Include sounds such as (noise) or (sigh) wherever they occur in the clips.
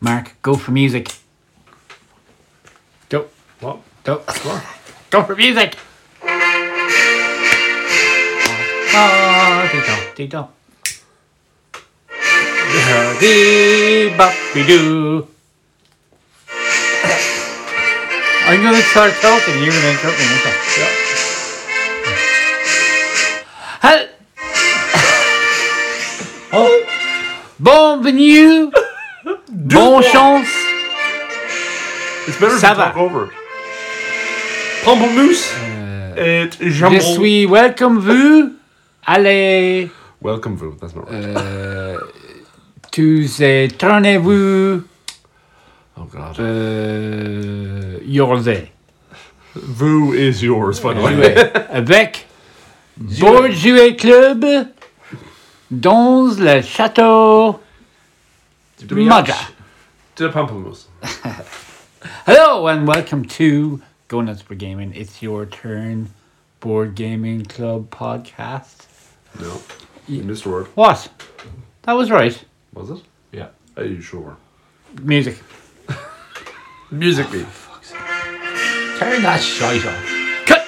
Mark, go for music. Go. What? Go. What? Go for music. Oh, dee dong, dee dong. Dee bop doo. I'm gonna start talking. You're gonna interrupt me. Okay. Yeah. Hel- oh. Bienvenue. (laughs) Bon chance. It's better Ça to va. talk over. it. Pamplemousse et jambon. Je suis welcome vous. Allez. Welcome, Vu. That's not right. Tous et traînez-vous. oh, God. Euh, Yorzé. Vu is yours, by the way. (laughs) Jouer avec Bourgeois Club dans le château. Mother. To the pamplemousse. Hello and welcome to Go Nuts for Gaming. It's your turn, Board Gaming Club podcast. No. You missed a word. What? That was right. Was it? Yeah. Are you sure? Music. Musically. Turn that shite off. Cut.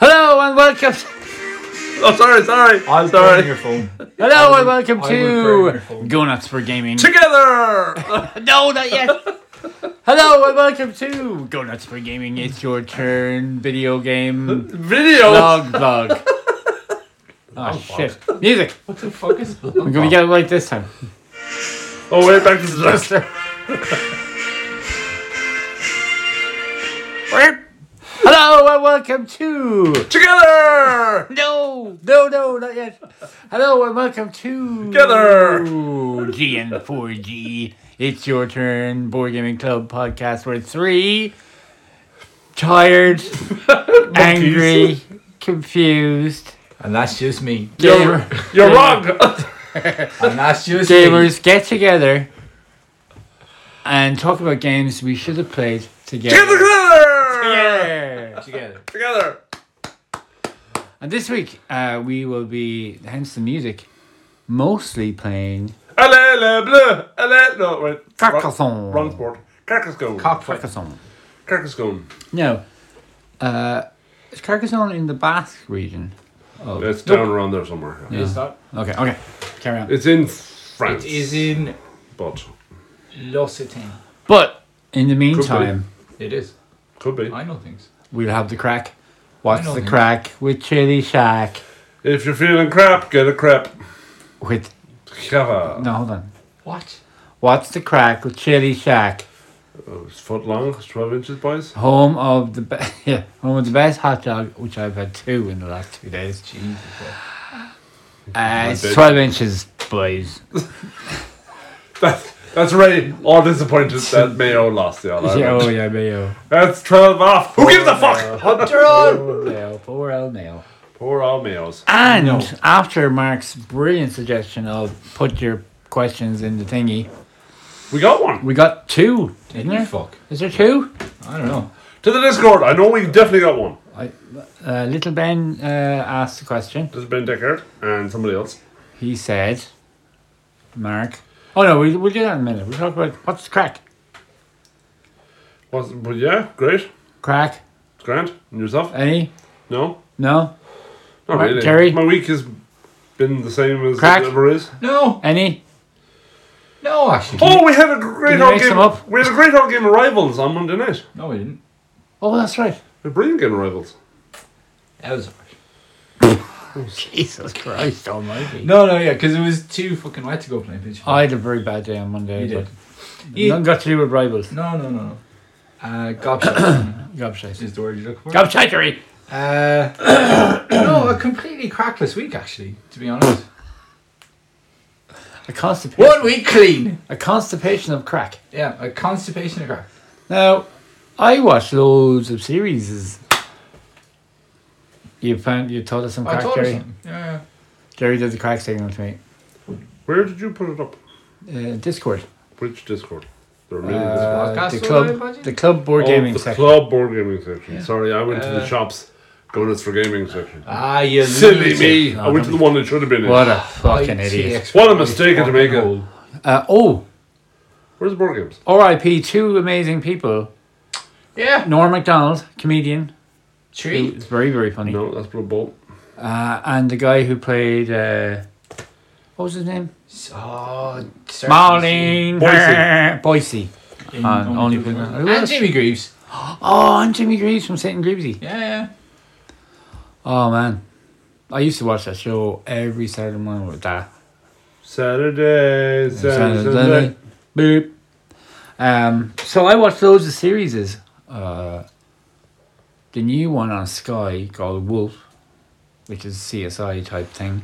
Hello and welcome. Oh, sorry, sorry. I'll sorry. burn your phone. Hello and welcome I would burn your to phone. Go Nuts for Gaming. (laughs) Together! No, not (laughs) yet. Hello and welcome to Go Nuts for Gaming. It's your turn. Video game Video! vlog (laughs) vlog. Oh shit! Music. What the fuck is I'm gonna get it right this time. Oh, wait, back to the disaster. Hello and welcome to. Together! No, no, no, not yet. Hello and welcome to Together. GN4G. It's your turn, Board Gaming Club podcast. We're three tired, angry, confused And that's just me. gamer, You're wrong! And that's just me. gamers get together and talk about games we should have played together. Together! Yeah. Together. Together! And this week uh, we will be, hence the music, mostly playing Allez, les bleus! Allez! E, No, wait. Carcassonne. Wrong sport. Carcassonne. Cockfight. Carcassonne. Carcassonne. No. Uh, is Carcassonne in the Basque region? Oh. It's down around there somewhere. Is that? Okay, okay. Carry on. It's in France. It is in But L'Occitane. But in the meantime, It is. could be. I know things. we'll have the crack. What's know the him. crack with Chili Shack? If you're feeling crap, get a crap. With. Cava. No, hold on. What? What's the crack with Chili Shack? Oh, it's foot long. It's 12 inches, boys. Home of the be- (laughs) yeah, home of the best hot dog, which I've had two in the last two days. Jesus. Uh, it's bad. twelve inches, boys. That's, that's right. All (laughs) disappointed that Mayo lost the All Yeah, oh Ireland. yeah, mayo. That's 12 off. Who gives a fuck? Hunter on! Poor mayo, poor old mayo. Poor all Mayos. And after Mark's brilliant suggestion of put your questions in the thingy, We got one. we got two, didn't You there? fuck. Is there two? I don't know. To the Discord. I know we definitely got one. I, uh, little Ben uh, asked a question. This is Ben Deckard and somebody else. He said, Mark. Oh no, we, we'll do that in a minute. We'll talk about what's the crack. Was, but yeah, great. Crack? It's grand. And Uh, yourself? Any? No? No? Not Right, really. Terry? My week has been the same as Crack. it ever is. No. Any? No, actually. Oh, we had a great you old mix game. them up? We had a great old game of Rivals on Monday night. No, we didn't. Oh, that's right. A brilliant game of Rivals. That was alright. Jesus Christ almighty. No, no, yeah, because it was too fucking wet to go playing pitch. I had a very bad day on Monday. You but did. You- Nothing got to do with rivals. No, no, no, no. Uh, (coughs) gobshite Gobshite. is the word you're looking for. Gobshitery! Uh, (coughs) no, a completely crackless week, actually, to be honest. A constipation. One week clean. A constipation of crack. Yeah, a constipation of crack. Now, I watch loads of series. You found you told us some I crack, told her Jerry. something. Yeah, Jerry did the crack signal to me. Where did you put it up? Uh, Discord, Which Discord? There are many Uh, Discords. Podcast the one, I club, imagine? the club board Oh, gaming the section. club board gaming section. Sorry, I went to the Uh, shops. Going it's for gaming section. uh, Ah, you Silly loser. Oh, me! No, I went to don't the one that should have been in. What a fucking idiot! ITX What a mistake to make fucking hole. Uh, oh, Where's the board games? R.I.P. Two amazing people. Yeah. Norm Macdonald, comedian. Tree. It's very, very funny. No, that's Blood Bowl. Uh, and the guy who played, uh, what was his name? Oh, Sir Marlene (laughs) Boyce. Boise. Casey. And only Pig Man. Who And else? Jimmy Greaves. Oh, and Jimmy Greaves from St. Greavesy. Yeah, yeah. Oh, man. I used to watch that show every Saturday morning with Dad. Saturday, Saturday, Saturday. Saturday. Boop. Um, so I watched loads of series. Uh, the new one on Sky called Wolf, which is CSI type thing.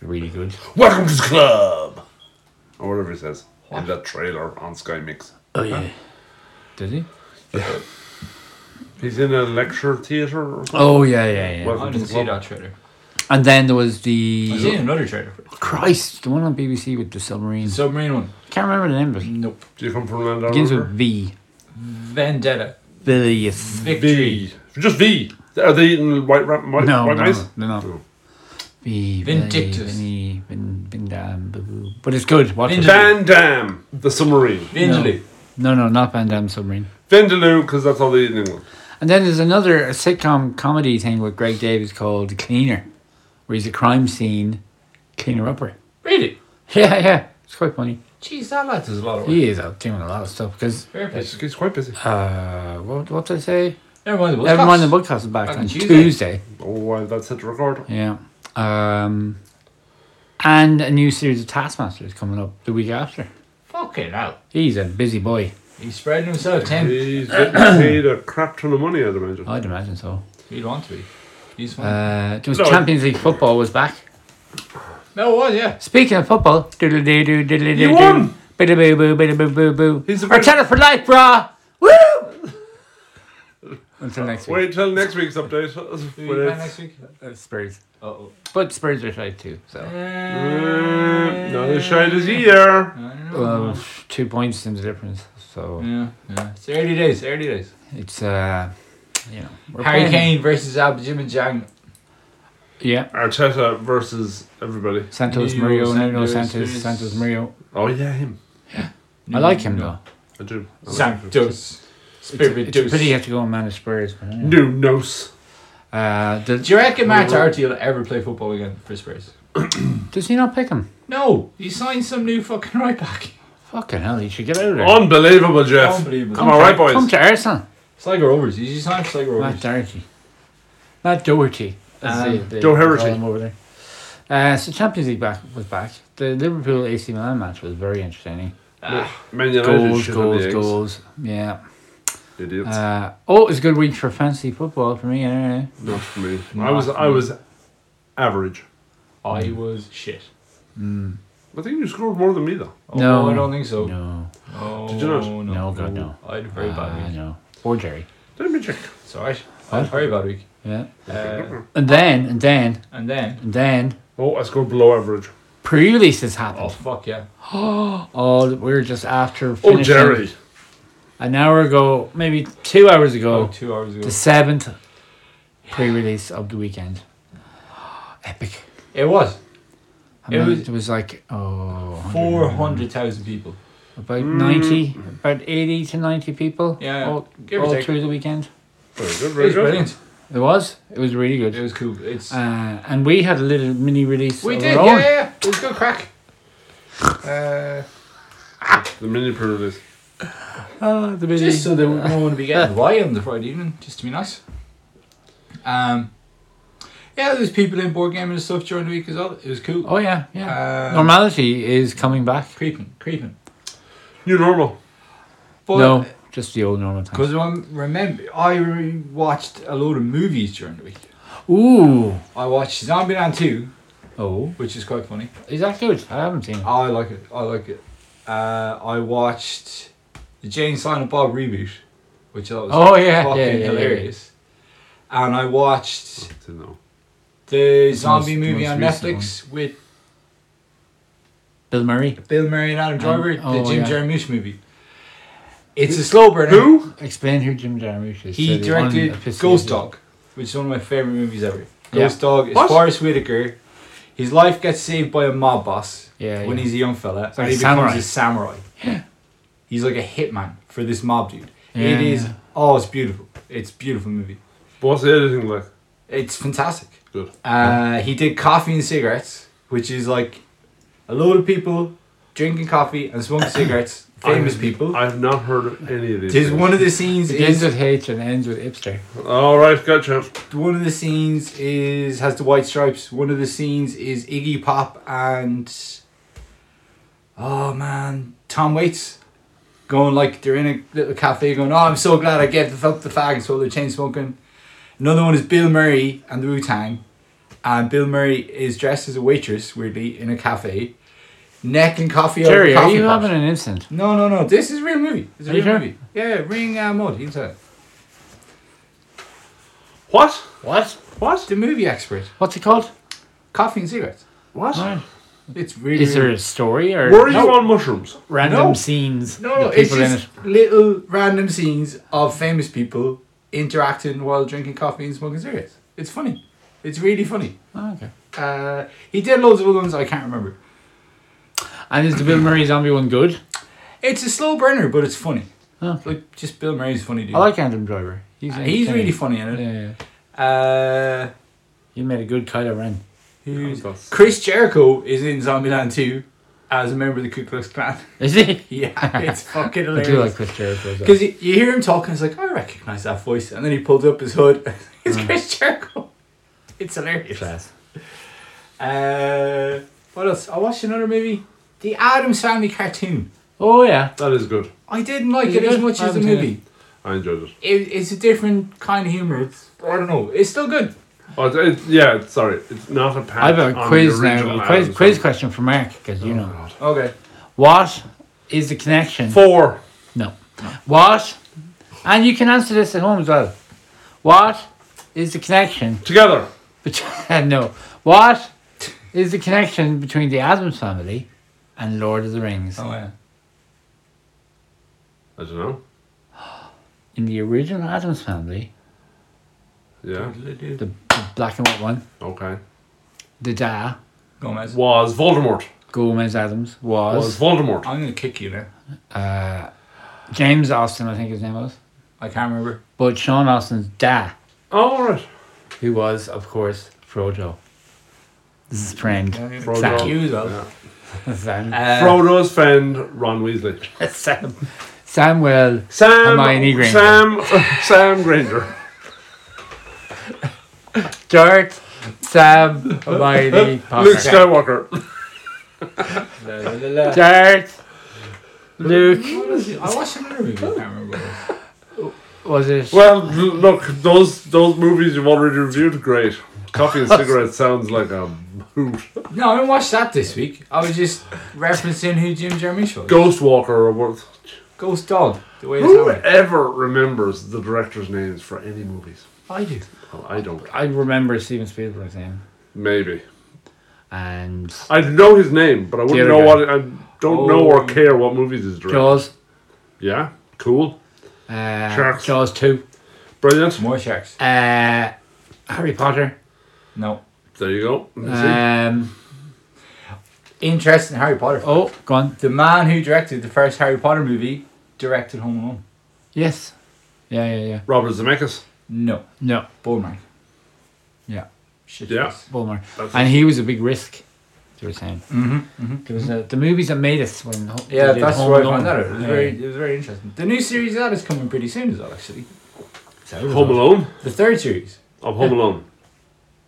Really good. Welcome to the club! Or whatever he says in that trailer on Sky Mix. Oh, yeah. Did he? He's in a lecture theatre or something. Oh, yeah, yeah, yeah. Well- I didn't see that trailer. And then there was I seen the. another trailer for it. Christ, the one on BBC with the submarine. Submarine one. Can't remember the name, but it Nope. Do you come from Land begins with Rover? V. Vendetta. Bilious. Victory. V. Just V. Are they eating white, ra- white, No, white no, mice? no, no. Oh. V. Vindictus. Vinny, Vin, Vin, Dam, boo, boo. But it's good. Watch it. Vin- Van Dam, the submarine. Vindeloo. No, no, not Van Damme submarine. Vindaloo, because that's all they eat in England. And then there's another sitcom comedy thing with Greg Davies called The Cleaner, where he's a crime scene cleaner upper. (laughs) Really? Yeah, yeah. It's quite funny. Jeez, that lad does a lot of work. He is out doing a lot of stuff because, Fair play. He's, he's quite busy. uh, what, what did I say? Never mind the book. Never mind the podcast is back, Back on on Tuesday. Tuesday. Oh, well, that's set to record. Yeah. Um, and a new series of Taskmaster is coming up the week after. Fucking hell. He's a busy boy. He's spreading himself, Tim. He's getting paid a crap ton of money, I'd imagine. I'd imagine so. He'd want to be. He's fine. Uh, there was No, I- Champions League football was back. no, it was, yeah. Speaking of football, doodle doo doo diddly doo You won! Biddy boo boo biddy boo boo boo. He's the best- Arteta for life, brah! Woo! Until next week. Wait till next week's update. Do When we play it's- next week? Uh, Spurs. Uh-oh. But Spurs are tight too, so. Uh, Mm, not as shy this year. I don't know. Um, two points in the difference, so yeah, yeah. It's early days, early days. it's, uh, you know. we're Harry playing- Kane versus Abijimajang. Yeah. Arteta versus everybody. Santos Nuno, Murillo, Nuno Santos, Santos, Spurs. Santos Murillo. Oh yeah, him. I like him though. I do. I like him. Santos. It's a Spiritus. pity you have to go and manage Spurs. but, yeah. New nose. Uh, Do the, you reckon Matt Doherty will ever play football again for Spurs? does he not pick him? No, he signed some new fucking right (laughs) back. Fucking hell, he should get out of there. Unbelievable, Jeff. Unbelievable. Come on, right, boys. Come to Arsenal. Sligo Rovers. He's just signed Sligo Matt Rovers. Doherty. Matt Doherty. as Um, they- they Doherty. call him over there. Uh, so Champions League back was back. The Liverpool AC Milan match was very entertaining. Man United Goals, shit on the goals, eggs. goals. Yeah. Idiots. Uh, oh, it was a good week for fantasy football for me. Anyway. Not for me. Not I was. for I me. was average. I was shit. I think you scored more than me though. Oh, No. I don't think so. No, Oh, Did you not? No, No, God, no. I had a very bad Ah, week. no. Poor Jerry. Let me check. It's alright. I had a very bad week. Yeah. Mm-hmm. Uh, And then, and then, and then, and then, Oh, I scored below average. pre-releases oh happened. fuck yeah. Oh, we were just after Oh, finishing Jerry. an hour ago, maybe two hours Oh, ago. two hours ago. the seventh pre-release of the (gasps) weekend. Epic. It was I It mean, it, was, was- like oh 100 four hundred thousand people. about ninety, about eighty to ninety people. Yeah, all, give or all take. through the weekend. Very good. It Very was good. brilliant. It was. It was really good. It was cool. It's uh, and we had a little mini release. we of did. our Yeah, own. yeah, yeah. It was good crack. Uh, The mini pre release. Oh, the mini. just so that no one would be getting (laughs) why on the Friday evening, just to be nice. Um, yeah, there was people in board gaming and stuff during the week as well. It was cool. oh yeah, yeah. Um, Normality is coming back. creeping, creeping. New normal. But no, just the old normal time. Because I remember, I re- watched a load of movies during the week. Ooh. I watched Zombieland 2, Oh, which is quite funny. is that good? I haven't seen it. I like it. I like it. Uh, I watched the Jane Silent Bob reboot, which I thought was Oh, yeah, fucking yeah, yeah, yeah, yeah. hilarious. And I watched Didn't know. the It's the zombie most- movie most on recent Netflix with Bill Murray. Bill Murray and Adam Driver, oh, the Jim yeah. Jarmusch movie. It's a slow burn. Who? Explain who Jim Jarmusch is. He to the directed unaffiliated- Ghost Dog, which is one of my favorite movies ever. Yeah. Ghost Dog is What? Forrest Whitaker. His life gets saved by a mob boss Yeah, when yeah. he's a young fella, like and he samurai. (gasps) becomes a samurai. He's like a hitman for this mob dude. Yeah. It is oh, it's beautiful. It's a beautiful movie. What's the editing like? It's fantastic. Good. Uh, he did coffee and cigarettes, which is like a load of people drinking coffee (coughs) and smoking cigarettes. Famous I've- people. I've not heard of any of these. There's things. one of the scenes It ends is with H and ends with Ipster. All right, gotcha. one of the scenes is has the white stripes. One of the scenes is Iggy Pop and oh man, Tom Waits going like they're in a little cafe going, oh, I'm so glad I gave up the fag and so they're chain smoking. Another one is Bill Murray and the Wu Tang, and Bill Murray is dressed as a waitress weirdly in a cafe, necking coffee. out of a Jerry, are coffee you pot. having an instant? No, no, no. This is a real movie. It's a Are you real sure? movie. Yeah, Ring uh, Mode. Inside What? What? What? the movie expert. What's it called? Coffee and cigarettes. What? Alright. It's really. Is there a story or Were you No. on mushrooms? random No. scenes? no, no, with it's people just in little random scenes of famous people interacting while drinking coffee and smoking cigarettes. It's funny. It's really funny. it. Oh, okay. Uh, he did loads of other ones I can't remember. And is the Bill Murray zombie one good? It's a slow burner, but it's funny. Oh, Okay. Like just Bill Murray's a funny dude. I like Adam Driver. He's, Uh, he's really entertaining. funny in it. Yeah, yeah. Uh, He made a good Kylo Ren. who's- Oh, that's- Chris Jericho is in Zombieland 2 as a member of the Ku Klux Klan. (laughs) Is (laughs) he? yeah, it's fucking I do hilarious. like Chris Jericho. though. Because you, you hear him talking, it's like, I recognize that voice. And then he pulls up his hood. (laughs) it's Chris Jericho. (laughs) It's hilarious. Class. Uh, what else? I watched another movie. The Adams Family cartoon. Oh yeah. That is good. I didn't like Is it it as good? much I as the haven't seen movie. I enjoyed it. It, it's a different kind of humor. It's, I don't know. It's still good. Oh, it's, it's, yeah, it's, sorry. It's not a patch. I have a quiz now. A quiz, quiz question for Mark because Oh, you know. Okay. What is the connection? Four. No. What? And you can answer this at home as well. What is the connection? Together. between (laughs) no. What is the connection between the Adams family and Lord of the Rings? Oh, yeah. I don't know. In the original Adams family, Yeah. the, the black and white one, Okay. the da Gomez. Was Voldemort. Gomez Adams was, Was Voldemort. I'm going to kick you now. uh, James Austin, I think his name was, I can't remember. but Sean Austin's da, Oh, all right. who was of course Frodo. This is friend. Frodo. you as well. Yeah. (laughs) Sam, Uh, Frodo's friend, Ron Weasley. Sam, Samuel. Sam. Hermione Granger. Sam. (laughs) Sam (laughs) Granger. George, Sam, (laughs) Hermione, Luke Potter. Skywalker. la, la, la, la. George, Luke. What was it? (laughs) I watched another movie. I can't remember. What it was. Was it? Well, l- look, those those movies you've already reviewed, great. (laughs) Coffee and cigarette sounds like a hoot. No, I didn't watch that this week. I was just referencing who Jim Jarmusch was. Ghost Walker or what? Ghost Dog. The way it's Who going. ever remembers the directors' names for any movies? I do. Well, I don't. I remember Steven Spielberg's name, Maybe. and I know his name, but I wouldn't other know guy. what. I don't know Oh. or care what movies he's directed. Jaws. Yeah, cool, Uh, Sharks. Jaws two. brilliant. More sharks. Uh, Harry Potter. No. There you go. You see? Um, Interesting Harry Potter. oh, go on. The man who directed the first Harry Potter movie directed Home Alone. Yes. Yeah, yeah, yeah. Robert Zemeckis. No. No, Bullmark. Yeah. Shit. Yeah. Bulmer. That's And he was a big risk. They were saying Mm-hmm, mm-hmm. there was a, the movies that made us when ho- they Yeah, did that's Home where I Alone. found out. It was, Yeah. very, it was very interesting. The new series of that is coming pretty soon as well, actually. Home Alone. The third series. Of Home Alone.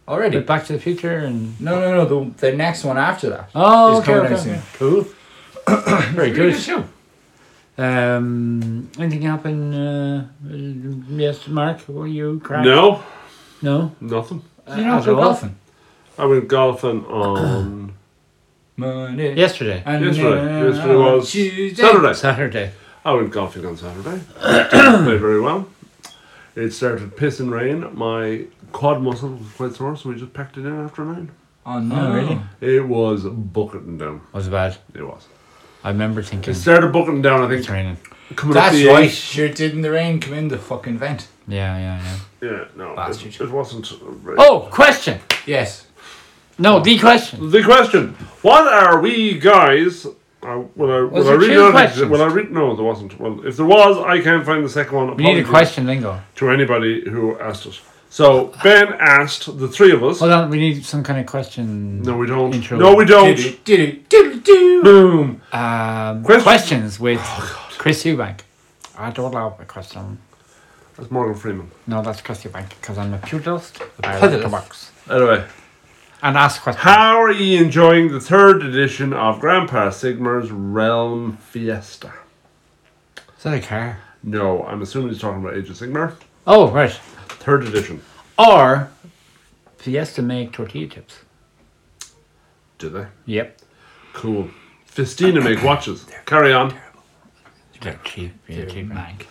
Already. But Back to the Future and No, no, no. The, the next one after that. oh, It's okay, coming okay, out soon. okay. cool. very Pretty good. show. Um, anything happen? Uh, uh, yes, Mark, were you cracked? No, No. nothing. Did you not at go all. golfing? I went golfing on Monday. Yesterday. And Yesterday. then Yesterday on was Tuesday. Saturday. Saturday. I went golfing on Saturday. Didn't play very well. It started pissing rain. My quad muscle was quite sore, so we just packed it in after nine. Oh no! Oh, really? It was bucketing down. Was bad. It was. I remember thinking It started bucketing down. I it's think raining. coming up That's the right. eight. Sure didn't the rain come in the fucking vent? Yeah, yeah, yeah. Yeah, no, Bastard. it, it wasn't. Oh. Oh, question. Yes. No, the question. The question: What are we guys I, when I, Was when I there read two it, questions? when I read, no, there wasn't. Well, if there was, I can't find the second one. We need a Apologies question, Lingo. to anybody who asked us. So Ben asked the three of us. Hold on, we need some kind of question. No, we don't. Intro. No, we don't. Do do do Boom. Um, Question- Questions with Chris Eubank. I don't have a question. That's Morgan Freeman. No, that's Chris Eubank because I'm a pugilist. I like pugilist. to box Anyway, and ask questions. how are you enjoying the third edition of Grandpa Sigmar's Realm Fiesta? Is that a car? No, I'm assuming he's talking about Age of Sigmar. Oh, right. Third edition. Or Fiesta make tortilla chips. Do they? Yep. Cool. Festina make watches. Carry on. They're cheap, yeah, cheap Mac.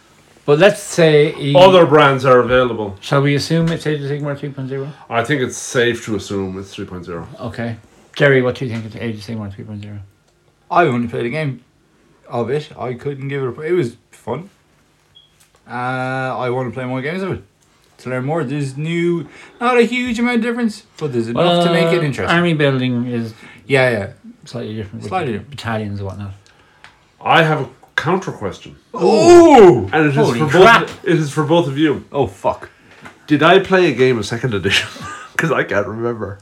But let's say he- Other brands are available. Shall we assume it's Age of Sigmar 3.0? I think it's safe to assume it's 3.0. Okay. Jerry, what do you think of Age of Sigmar 3.0? I only played a game of it. I couldn't give it a. It was fun. Uh, I want to play more games of it to learn more. There's new, not a huge amount of difference, but there's enough to make it Uh, interesting. Army building is yeah, yeah. slightly different. with Slightly the different. Battalions and whatnot. I have a counter question. Oh, And it is, Holy for crap. both, it is for both of you. oh fuck. Did I play a game of second edition? (laughs) Because I can't remember.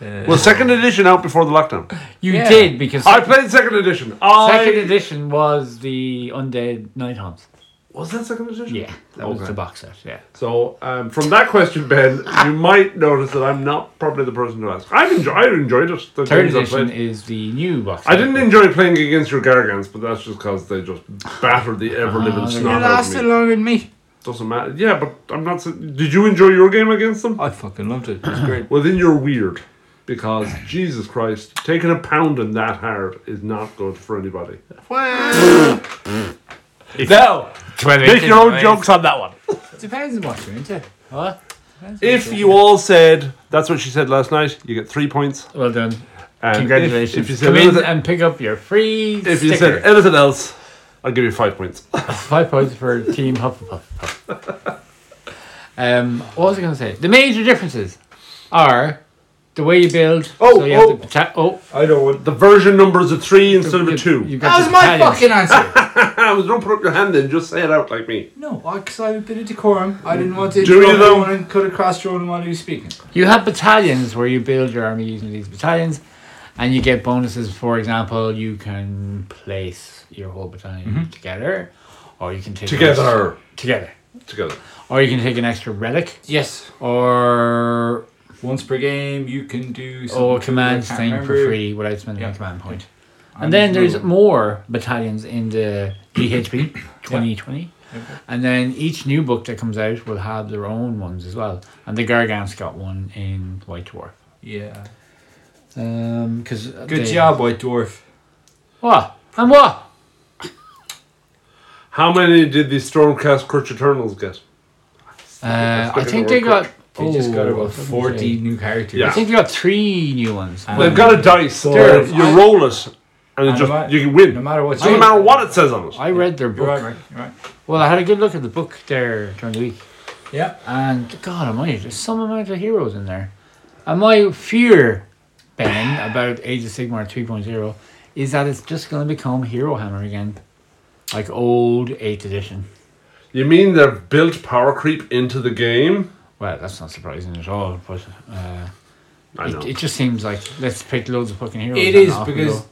Uh, Was second edition out before the (laughs) lockdown? You Yeah. did because I played second edition. I second edition was the undead night hunts. was that second edition. Yeah, that was Okay. the box set. Yeah. So um, from that question, Ben, you might notice that I'm not probably the person to ask. I've enjoyed, I enjoyed it. The Third games I edition played. is the new box. I set. didn't enjoy playing against your Gargants, but that's just because they just battered the ever living Ah, they it snot out lasted of me. longer than me. Doesn't matter. Yeah, but I'm not. s- Did you enjoy your game against them? I fucking loved it. It was great. Well, then you're weird. Because Jesus Christ, taking a pound in that hard is not good for anybody. well, No. Make your own jokes on that one. it depends on what you're into. What? If you all said that's what she said last night, you get three points. Well done. And Congratulations. If, if you said Come in anything, and pick up your free if you sticker. said anything else, I'll give you five points. Five points for Team Hufflepuff. um, what was I going to say? The major differences are the way you build. Oh, so you oh. Have the bata- oh, I don't want the version number is a three instead of you- a two. you've got the That was my battalions. fucking answer. I was don't put up your hand then. Just say it out like me. no, because I have a bit of decorum. I didn't want to Do interrupt you though? anyone and cut across your own while he was speaking. You have battalions where you build your army using these battalions, and you get bonuses. For example, you can place your whole battalion Mm-hmm. together, or you can take an extra- together, together. or you can take an extra relic, Yes. or Once per game, you can do something or to- command I can't thing remember. for free without spending Yeah. a command point. I'm And then just there's moving. more battalions in the (coughs) GHB 2020. And then each new book that comes out will have their own ones as well. And the Gargant's got one in White Dwarf. Yeah. Um, Because Good job, White Dwarf. What? And what? How many did the Stormcast Crutch Eternals get? Uh, Let's look I at think the they word got. They just got oh, about what did they 40 say? new characters. I Yeah. think they got three new ones. And- They've got a dice, so They're- you roll it, and it And just no ma- you can win. No matter what Doesn't you- matter what it says on it. I read their You're book. right, right, you're right. Well, I had a good look at the book there during the week. Yeah. And God Almighty, there's some amount of heroes in there. And my fear, Ben, about Age of Sigmar 3.0 is that it's just going to become Hero Hammer again, like old 8th edition. You mean they've built power creep into the game? Well, that's not surprising at all, but uh, I know. it, it just seems like let's pick loads of fucking heroes. It and is off we because, go.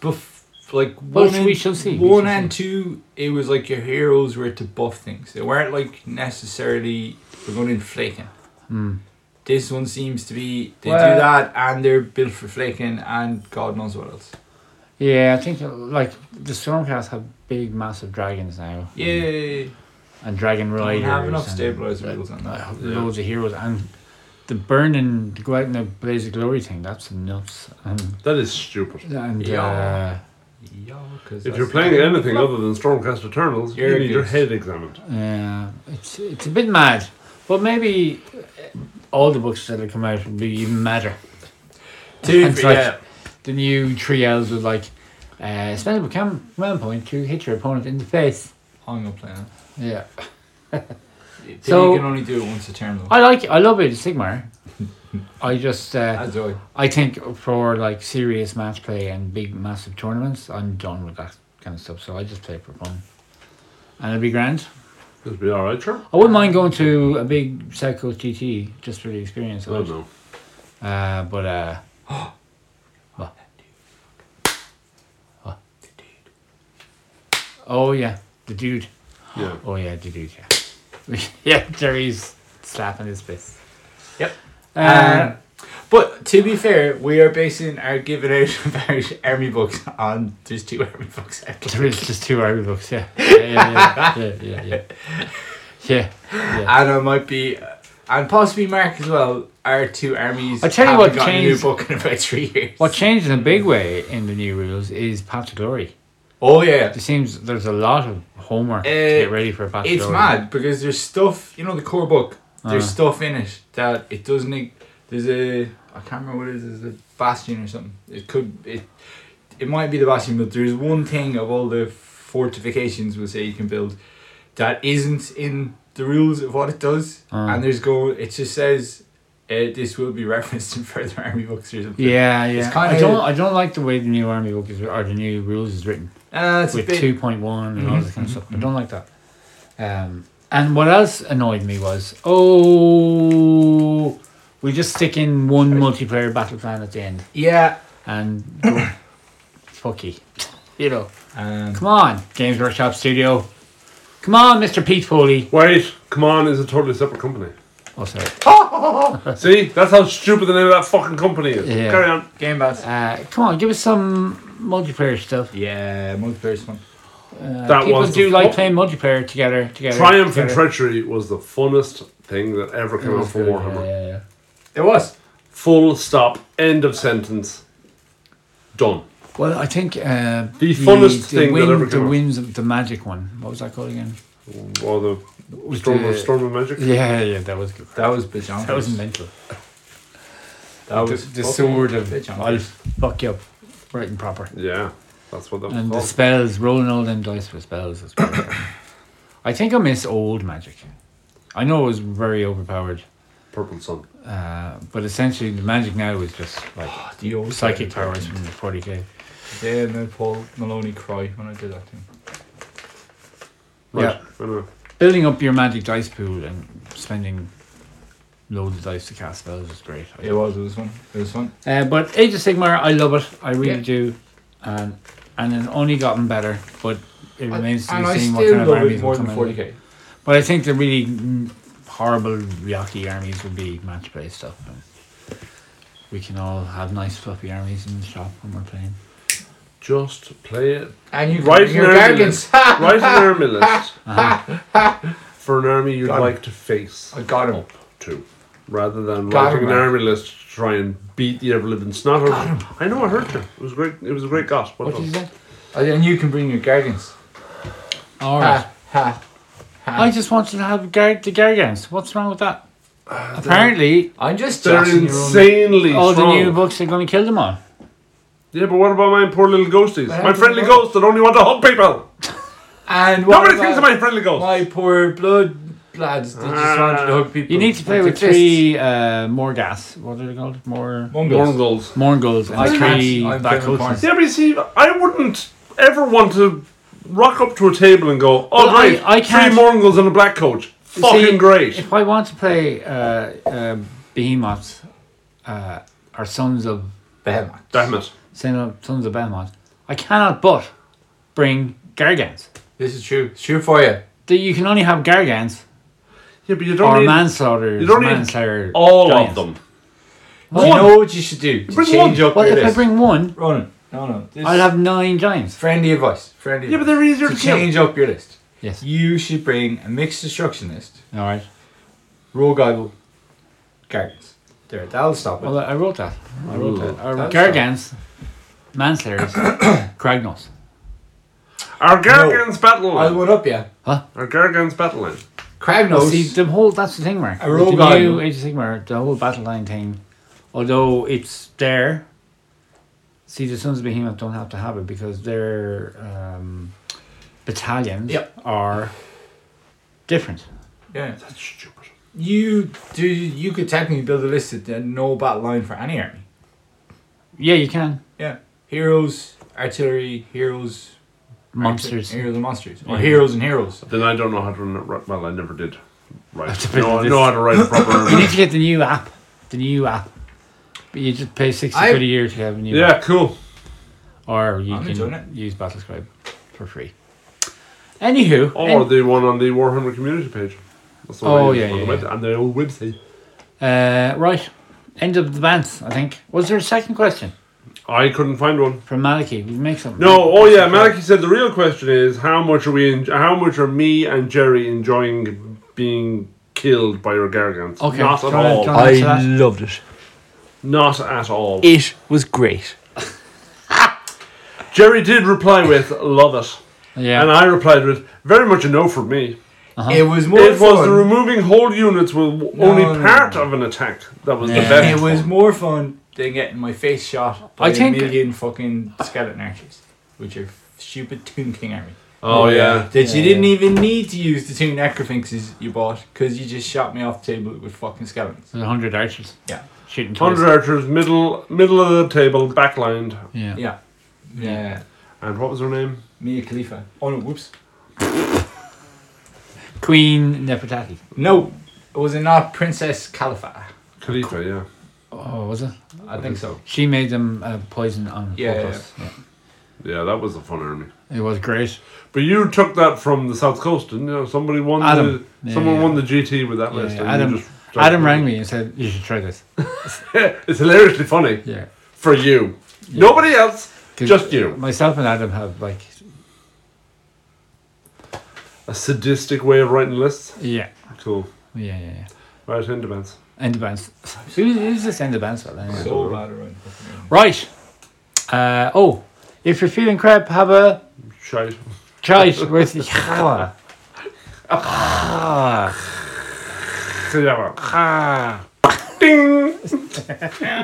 buff, like Well, one and, we shall see, we One shall and two, it was like your heroes were to buff things. They weren't like necessarily we're going to inflate him. Hmm. This one seems to be they Well- do that and they're built for flaking and God knows what else. yeah, I think uh, like the Stormcast have big, massive dragons now. Yay! and Dragon I Riders. have enough and- stabilizer wheels on that. uh, Yeah. loads of heroes and the burning the go out in the blaze of glory thing that's nuts and, That is stupid. and Yeah. uh, Yeah, 'cause If that's you're the playing thing. anything other than Stormcast Eternals, you You're need your good. head examined. yeah it's it's a bit mad but maybe uh, all the books that have come out would be even madder Dude, It's like- yeah. the new three L's with like uh, spend a cam- command point to hit your opponent in the face I'm gonna play that. yeah Then So- you can only do it once a turn though. (laughs) I like it I love it Sigmar I just uh, As I. I think for like serious match play and big massive tournaments, I'm done with that kind of stuff. So I just play for fun, and it'd be grand. It'll be all right, sure. I wouldn't mind going to a big South Coast GT just for the experience. I Of don't it. know. Uh, but uh, (gasps) what? What? Oh yeah, the dude. Yeah. Oh yeah, the dude. Yeah, (laughs) yeah. Jerry's slapping his fist. Yep. Uh, Um, But to be fair, we are basing our giving out (laughs) about army books on there's two army books out. there is just two Irish books. Yeah. Yeah, (laughs) yeah, yeah, yeah, yeah, yeah. yeah. yeah. And I might be, uh, and possibly Mark as well, are two armies. I tell you haven't what gotten a new changed- book in about three years. What changed in a big way in the new rules is Path to Glory. Oh yeah, It seems there's a lot of homework to Uh, get ready for Path to it's Glory. mad because there's stuff you know the core book. There's Uh. stuff in it that it doesn't. e- There's a I can't remember what it is. There's a bastion or something. It could it. It might be the bastion, but there's one thing of all the fortifications we'll say you can build that isn't in the rules of what it does, Uh. and there's go. It just says. Uh, this will be (laughs) referenced in further army books or something. Yeah, yeah. kinda- I don't. I don't like the way the new army book is or the new rules is written Uh, it's a with bit, Mm-hmm, two point one and all this kind of stuff. I don't like that. Um, and what else annoyed me was oh, we just stick in one multiplayer battle plan at the end Yeah. and go, (coughs) fucky, you know. Um, Come on, Games Workshop Studio. Come on, Mr. Pete Foley. Wait, come on, is a totally separate company. Oh, sorry. See, that's how stupid the name of that fucking company is. Yeah. Carry on. Game Pass. Uh, come on, give us some multiplayer stuff. Yeah, multiplayer's fun. Uh, That people was the do like fu- playing multiplayer together. together Triumph and together. Treachery was the funnest thing that ever came out for Warhammer. Yeah, yeah, yeah. It was. Full stop. End of sentence. Done. Well, I think uh, The funnest thing that wind- ever came the out. winds of the magic one. What was that called again? Or the storm, of the- storm of magic. Yeah, yeah, that was good. That was Bajon. That was mental. That The, was the sword of Bitch, I'm- I'll fuck you up, right and proper. Yeah, that's what that was And the called. spells, rolling all them dice for spells as well. I think I miss old magic. I know it was very overpowered, Oh, Purple Sun. uh, but essentially the magic now is just like the old psychic powers from the 40k. Yeah, and then Paul Maloney cry when I did that thing. Right. Yeah. I know. Building up your magic dice pool and spending loads of dice to cast spells is great. I It was. It was fun. It was fun. Uh, but Age of Sigmar, I love it. I really Yeah. do, and and it's only gotten better. But it remains to and be I seen still what kind of love armies it more will than come out. of it. 40k. But I think the really mm, horrible yucky armies will be match play stuff. And we can all have nice fluffy armies in the shop when we're playing. Just play it. (laughs) And you can Right bring your now, (laughs) gargants. I Write an army list Uh-huh. for an army you'd like to face got him. to, rather than Got writing him, an Mark. army list to try and beat the ever living snot out of you. I know I hurt you. It was great. It was a great gossip. Well What did you done. say? And you can bring your gargants. All right. Ha ha. Ah. I just wanted to have gar- the Gargans. What's wrong with that? Apparently, I'm just They're joshing your own. insanely all strong. Oh, the new books are going to kill them all. yeah, but what about my poor little ghosties? But My how do friendly you know? ghosts that only want to hug people. And what Nobody thinks of about my friendly ghosts. my poor blood lads? They just wanted to hug people. You need to play with with three uh, more gas. What are they called? More Mongols. Mongols. Morngulls and I can't- three I'm black very horses. fine. Yeah, but you see, I wouldn't ever want to rock up to a table and go, "All Well, I- right, I can't- three Mongols and a black coach. Fucking See, great. If I want to play uh, uh, Behemoth, uh, or Sons of Behemoth. Damn it. Son of- Sons of Behemoth, I cannot but bring Gargans. This is true. It's true for you. That you can only have Gargans Yeah, but you or don't need manslaughter. you don't need manslayer all giants. of them. Do you One. know what you should do? To Bring change one. up Well, your if I list. bring one, Ronan, no, no. This I'll have nine giants. friendly advice. Friendly. Yeah, but advice. they're easier to to kill. change up your list. Yes. You should bring a mixed destruction list. All right. Rogue Eyeball, Gardens. There, that'll stop it. Well, I wrote that. I wrote that. Or That's Gargans, (coughs) manslayers, Kragnos. Our Gargan's battle I'll line. one up yeah. Our Gargan's battle line. Well, Kragnos. see, the whole that's the thing, Mark. A With rogue the new island. Age of Sigmar, the whole battle line thing, although it's there. See, the Sons of Behemoth don't have to have it because their um, battalions Yep. are different. yeah. That's stupid. you do. You could technically build a list of the no battle line for any army. Yeah, you can. Yeah, heroes, artillery, heroes, Monsters. arti- heroes and monsters, or Yeah. heroes and heroes. Then I don't know how to run it right. Well, I never did. Right. That's a bit No, of I this. know how to write a proper. You (laughs) need to get the new app. The new app. But you just pay 60 I- quid a year to have a new app. yeah, cool. Or you I'm enjoying it. can use Battlescribe for free. Anywho. Or an- the one on the Warhammer community page. That's the one Oh, I use yeah, on the yeah, web- yeah. And the old website. uh, right. End of the dance, I think. Was there a second question I couldn't find one. from Maliki? We make something. No. Oh yeah, Maliki said the real question is how much are we? En- how much are me and Jerry enjoying being killed by your gargants? Okay, Not at try- all. try- I Answer that. loved it. Not at all. It was great. Jerry did reply with "Love it." Yeah. And I replied with, very much a no for me. Uh-huh. It was more. It was fun. the removing whole units with w- only no, no, part of an attack that was the Yeah. best. It was one. more fun than getting my face shot by I think- a million fucking skeleton archers, which are stupid Toon King army. Oh, yeah. That you Yeah, didn't yeah. even need to use the two necrophinxes you bought because you just shot me off the table with fucking skeletons. There's 100 archers. Yeah. Shooting twice. 100 archers, middle middle of the table, backlined. Yeah. Yeah. Yeah. And what was her name? Mia Khalifa. Oh no, whoops. Queen Nefertiti. No, was it not Princess Khalifa? Khalifa, yeah. Oh, was it? I think so. She made them uh, poison on Yeah, purpose. Yeah. Yeah, that was a fun army. It was great. But you took that from the South Coast, didn't you? Somebody won Adam. the Yeah, someone yeah. won the GT with that Yeah, list. yeah. and you Adam, just started Adam rang doing me and said, You should try this. it. (laughs) it's hilariously funny Yeah. for you. Nobody else, 'Cause just you. Myself and Adam have, like, A sadistic way of writing lists. yeah. Cool. Yeah, yeah, yeah. Right, end events. End of bounce. (laughs) Who is this end of bounce fella? anyway? So bad around fucking army. Right. Uh, oh, if you're feeling crap, have a Shite. (laughs) chai with Chava. Ah, ah. Ding! I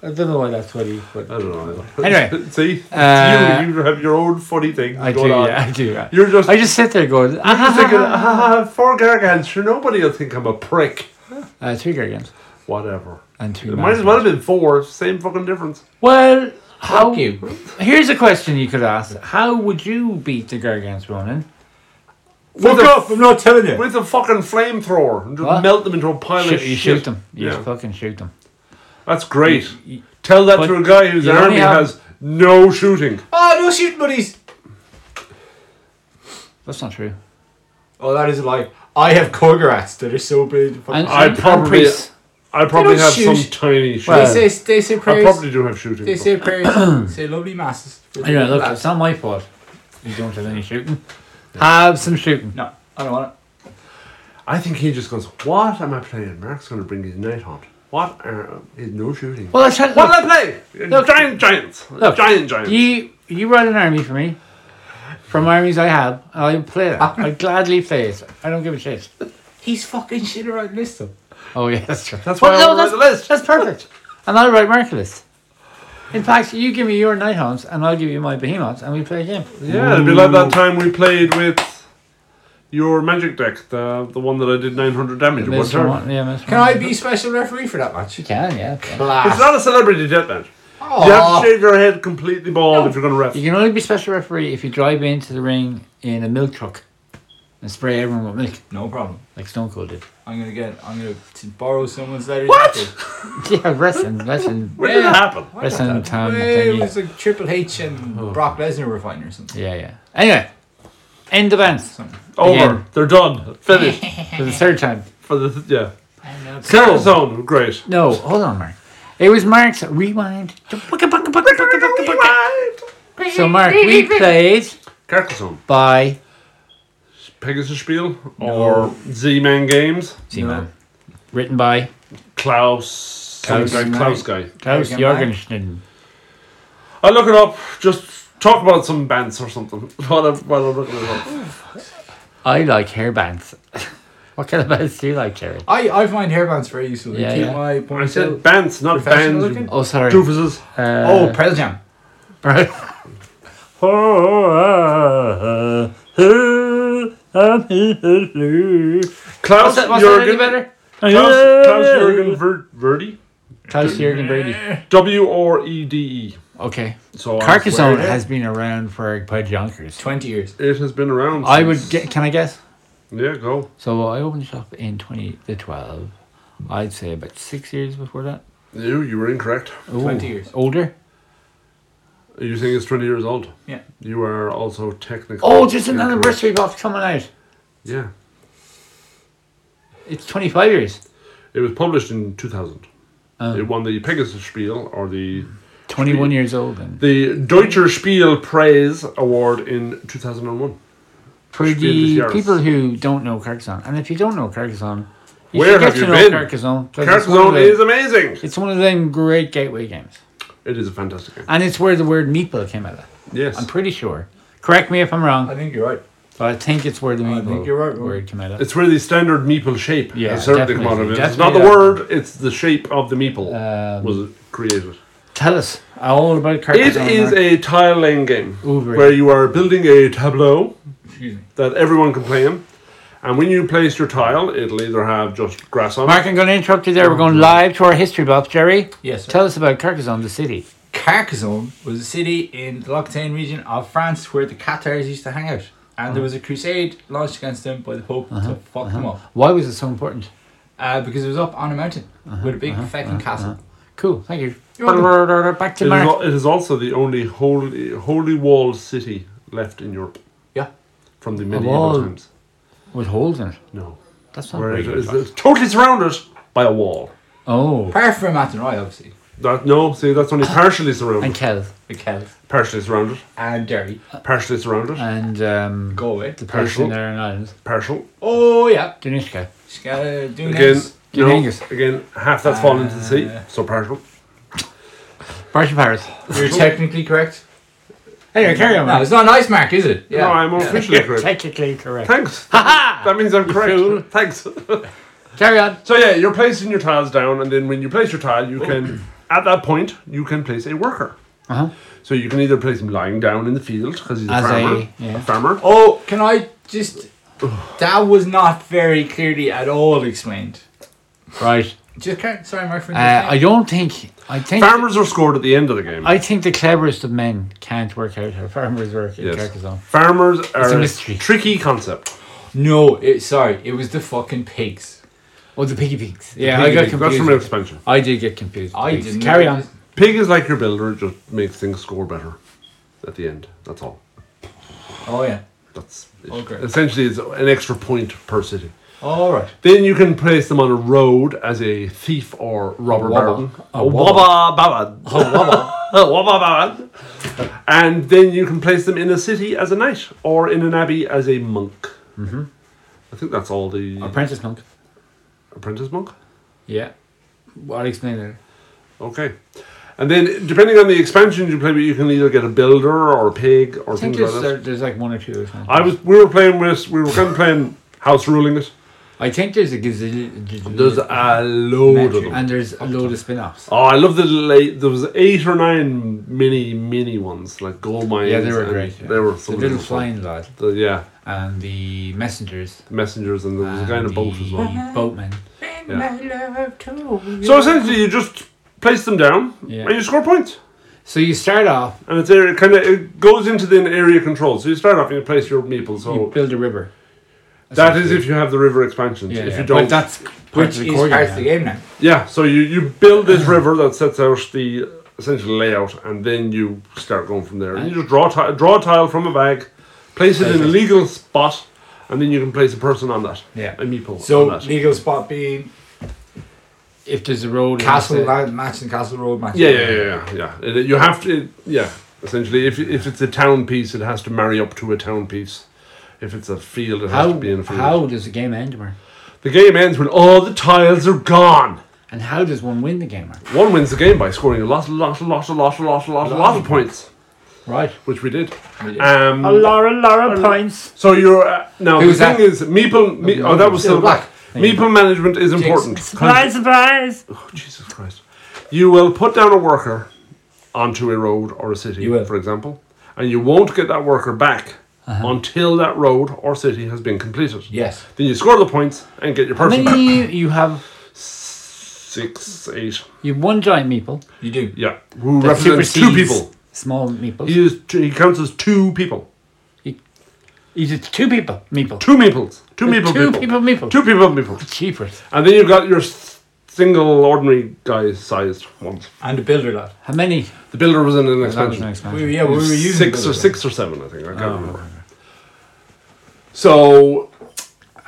don't know why that's funny, but I don't know. Anyway. (laughs) see, it's Uh, you, you have your own funny thing I do, going on. yeah, I do. yeah. You're just, I just sit there going, ah, (laughs) just (laughs) thinking, ah, four gargants. Sure, nobody will think I'm a prick. uh, two gargants Whatever. and two. It might masters. as well have been four. Same fucking difference. Well, how? (laughs) Fuck you. Here's a question you could ask: How would you beat the gargants, Ronan? With a, I'm not telling you. with a fucking flamethrower and just What? melt them into a pile Shoot, of you shit. shoot them. You Yeah. fucking shoot them. That's great. Tell that But to a guy whose you only army have- has no shooting. Oh no, shooting buddies. That's not true. Oh, that is a lie. I have Korgorats that are so brilliant. And, I and- and probably- priests. I probably don't have shoot. some tiny shooting. Well, they say they say I prayers. probably do have shooting. They but- say prayers. say lovely masses. Anyway, look, it's not my fault. You don't have any shooting. Have some shooting. No, I don't want it. I think he just goes, What am I playing? Mark's going to bring his night hunt. What are, is no shooting? Well, I said, What look, did I play? Look. giant Giants. Look. giant Giants. you you run an army for me. From armies I have, I'll play Ah. that. I'll gladly play it. I don't give a shit. He's fucking shit around this though. Oh yeah, that's true. That's why I no, wrote that's, the list. that's perfect. And I'll write marker lists. In fact, you give me your night haunts and I'll give you my behemoths and we play a game. yeah, it'd be like that time we played with your magic deck, the the one that I did 900 damage in one Miss turn. Ramon- yeah, Miss Can Ramon. I be special referee for that match? You can, yeah. yeah. It's not a celebrity deathmatch. You have to shave your head completely bald if you're going to ref. You can only be special referee if you drive into the ring in a milk truck and spray everyone with milk, No problem. like Stone Cold did. (laughs) I'm gonna get. I'm gonna t- borrow someone's letters. What? Yeah, wrestling, wrestling, Where did Yeah. it happen? wrestling time. Hey, it thingy. was like Triple H and Brock Lesnar were fighting or something. Yeah, yeah. Anyway, end of ends Something. Over. Again. They're done. Finished. for the third time. For the th- yeah. So- Carcassonne, great. No, hold on, Mark. It was Mark's rewind. So, Mark, (laughs) we played Carcassonne. by Pegasus Spiel or Z-Man Games. Seaman, written by Klaus. Klaus. Klaus, Klaus guy. Klaus Jürgen Mark. Jorgensen. I'll look it up. Just talk about some bands or something (laughs) while I'm, while I'm looking it up. I like hair bands. (laughs) what kind of bands do you like, Jerry? I, I find hairbands very useful. They Yeah, keep yeah. my I point said bands, not Professional bands. looking? Oh, sorry. Uh, Doofuses. (laughs) (laughs) Oh, Pearl Jam. Was Klaus that, was that any Jürgen. better? Klaus, Klaus Jürgen Ver- Verdi. Klaus Jürgen Brady. W R E D E. Okay. So I Carcassonne swear has been around for quite jonkers. Twenty years. It has been around. I would since- get. Can I guess? Yeah, go. So I opened shop in twenty the twelve. I'd say about six years before that. You, you were incorrect. Ooh, 20 years. older. You think it's 20 years old? Yeah. You are also technically. Oh, just an incorrect. anniversary box coming out. Yeah. It's twenty five years. It was published in 2000. Oh. It won the Pegasus Spiel or the Twenty one years old and the Deutscher Spiel Preis Award in 2001. for Spiel des the Jahres. people who don't know Carcassonne, and if you don't know Carcassonne, you Where should get have to you know been? Carcassonne. 'cause it's one of Carcassonne them- is amazing. It's one of them great gateway games, It is a fantastic game. and it's where the word meatball came out of. Yes. I'm pretty sure. Correct me if I'm wrong, I think you're right. but I think it's where the I meatball think you're right, Ron. word came out of. It's where the standard meeple shape Yeah, has certainly come out of it. definitely, It's not the definitely, word, it's the shape of the meeple Um, was created. Tell us all about It Carcassonne. is Mark. a tile laying game Ooh, right. where you are building a tableau Excuse me. that everyone can play in. And when you place your tile, it'll either have just grass on it. Mark, I'm going to interrupt you there. We're going live to our history buff. Jerry, Yes. Sir. tell us about Carcassonne, the city. Carcassonne was a city in the L'Occitane region of France where the Cathars used to hang out. And Uh-huh. there was a crusade launched against them by the Pope to fuck them up. Why was it so important? Uh, because it was up on a mountain Uh-huh. with a big fucking castle. Cool, thank you. You're Back to It is, Mark. al- it is also the only holy, holy walled city left in Europe Yeah. from the wall. medieval times. With holes in it. No. That's not Where very it good. is it's totally surrounded by a wall. Oh, Apart from Roy, obviously. That, no, see, that's only partially surrounded. and Kells. The Celts. partially surrounded. And Derry. Partially surrounded. And um, Galway. Uh, the person Herschel. in there in Ireland. partial. Oh, yeah. Dunishka. Just gotta do Again, next. no, Dunangus. again, half that's fallen into the sea, so partial. Parts of Paris. (laughs) You're technically correct. Anyway, carry on, No, Mark. it's not an ice mark, is it? Yeah. No, I'm officially correct. Technically correct. (laughs) Thanks. That means I'm correct. fool. Thanks. Carry on. (laughs) So yeah, you're placing your tiles down, and then when you place your tile, you can, (clears throat) at that point, you can place a worker. Uh-huh. So you can either place him lying down in the field because he's a As a- farmer, a, yeah. farmer, Oh, can I just. That was not very clearly at all explained. Right. Just can't. Sorry, Mark, for Uh, I interrupting. don't think. I think. farmers are scored at the end of the game. I think the cleverest of men can't work out how farmers work in Yes. Carcassonne. farmers are mystery. tricky concept. No, it, sorry, it was the fucking pigs. Oh, the piggy pigs. Yeah, Pig I got is- That's from an confused. expansion. I did get confused. I Pigs. didn't. Carry on. Pig is like your builder; it just makes things score better at the end. That's all. Oh yeah. That's it. Okay. essentially it's an extra point per city. All right. Then you can place them on a road as a thief or robber A wobba. baron. A A wobba baron. (laughs) A wobba. baron. And then you can place them in a city as a knight or in an abbey as a monk. Mm-hmm. I think that's all the Apprentice monk. apprentice monk. Yeah. Well, I'll explain later. Okay. And then, depending on the expansion you play with, you can either get a builder or a pig or I think things there's, like there- that. there's like one or two. Or something. I was, we were playing with, we were kind of playing house ruling it. I think there's a gazillion. There's a load of them. and there's a load of spin-offs. Oh, I love the late. There was eight or nine mini mini ones like gold mines. Yeah, they were and great. Yeah. They were the some of little them were flying lad fun. The- yeah, and the messengers. the messengers and there was a guy in a and boat the as well. (laughs) Boatman. So essentially, you just place them down Yeah. and you score points. So you start off, And it's area kind of it goes into the area control. So you start off and you place your meeple. you So build a river. that is if you have the river expansions. Yeah, if yeah. you don't, but that's part Which of is the core part you of the have. game now. yeah. So you you build this river that sets out the essential layout, and then you start going from there. And you just draw ti- draw a tile from a bag, place it in a Perfect. legal spot, and then you can place a person on that. Yeah. a meeple. So on that. legal spot being If there's a road, and Castle it's a- Land match and Castle Road match. yeah, yeah, yeah, yeah. It- it- you have to, it- yeah. Essentially, if if it's a town piece, it has to marry up to a town piece. If it's a field, it has How to be in a field. how does the game end, Mark? The game ends when all the tiles are gone. And how does one win the game, Mark? One wins the game by scoring a lot, a lot, a lot, a lot, a lot, a lot, a lot of points, Right. which we did. did. Um, Laura Laura points. So you're uh, now Who's the thing that? is meeple. Me- oh, that was Still still black. Thank you. Meeple management is important. Surprise, surprise. Oh, Jesus Christ! You will put down a worker onto a road or a city, You will. for example, and you won't get that worker back until that road or city has been completed. Yes. Then you score the points and get your How person back. many you have six, eight. You have one giant meeple. You do. Yeah, who that represents two supersedes people. Small meeples. He is two, he counts as two people. He's just two people. Meeple. Two meeples. Two meeple Two people. people meeple. Two people meeples. Cheapers. And then you've got your s- single ordinary guy sized ones. And a builder lot. How many? The builder was in an That was expansion. an expansion. We, yeah, we were using six builder or lot. six or seven, I think. I can't remember. So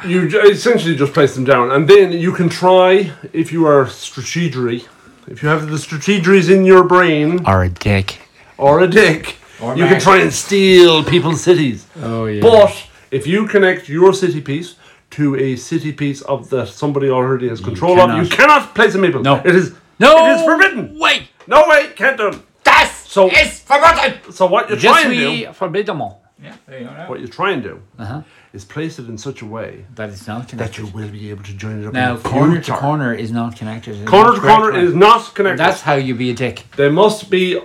you j- essentially just place them down, and then you can try if you are strategery, if you have the strategeries in your brain Are a dick. or a dick, Or you can Mac. try and steal people's cities. Oh yeah. But if you connect your city piece to a city piece of that somebody already has control cannot. of, you cannot place a maple. No. it is no. it is forbidden. Wait. No way, can't do. it. That's So- is forbidden. So what you're Just trying to do, we forbidden. Yeah, there you go. what you try and do, Uh-huh. is place it in such a way That is not that connected. you will be able to join it up. Now in the corner to future. corner is not connected. Is it? Corner to That's correct, corner right? is not connected. That's how you be a dick. they must be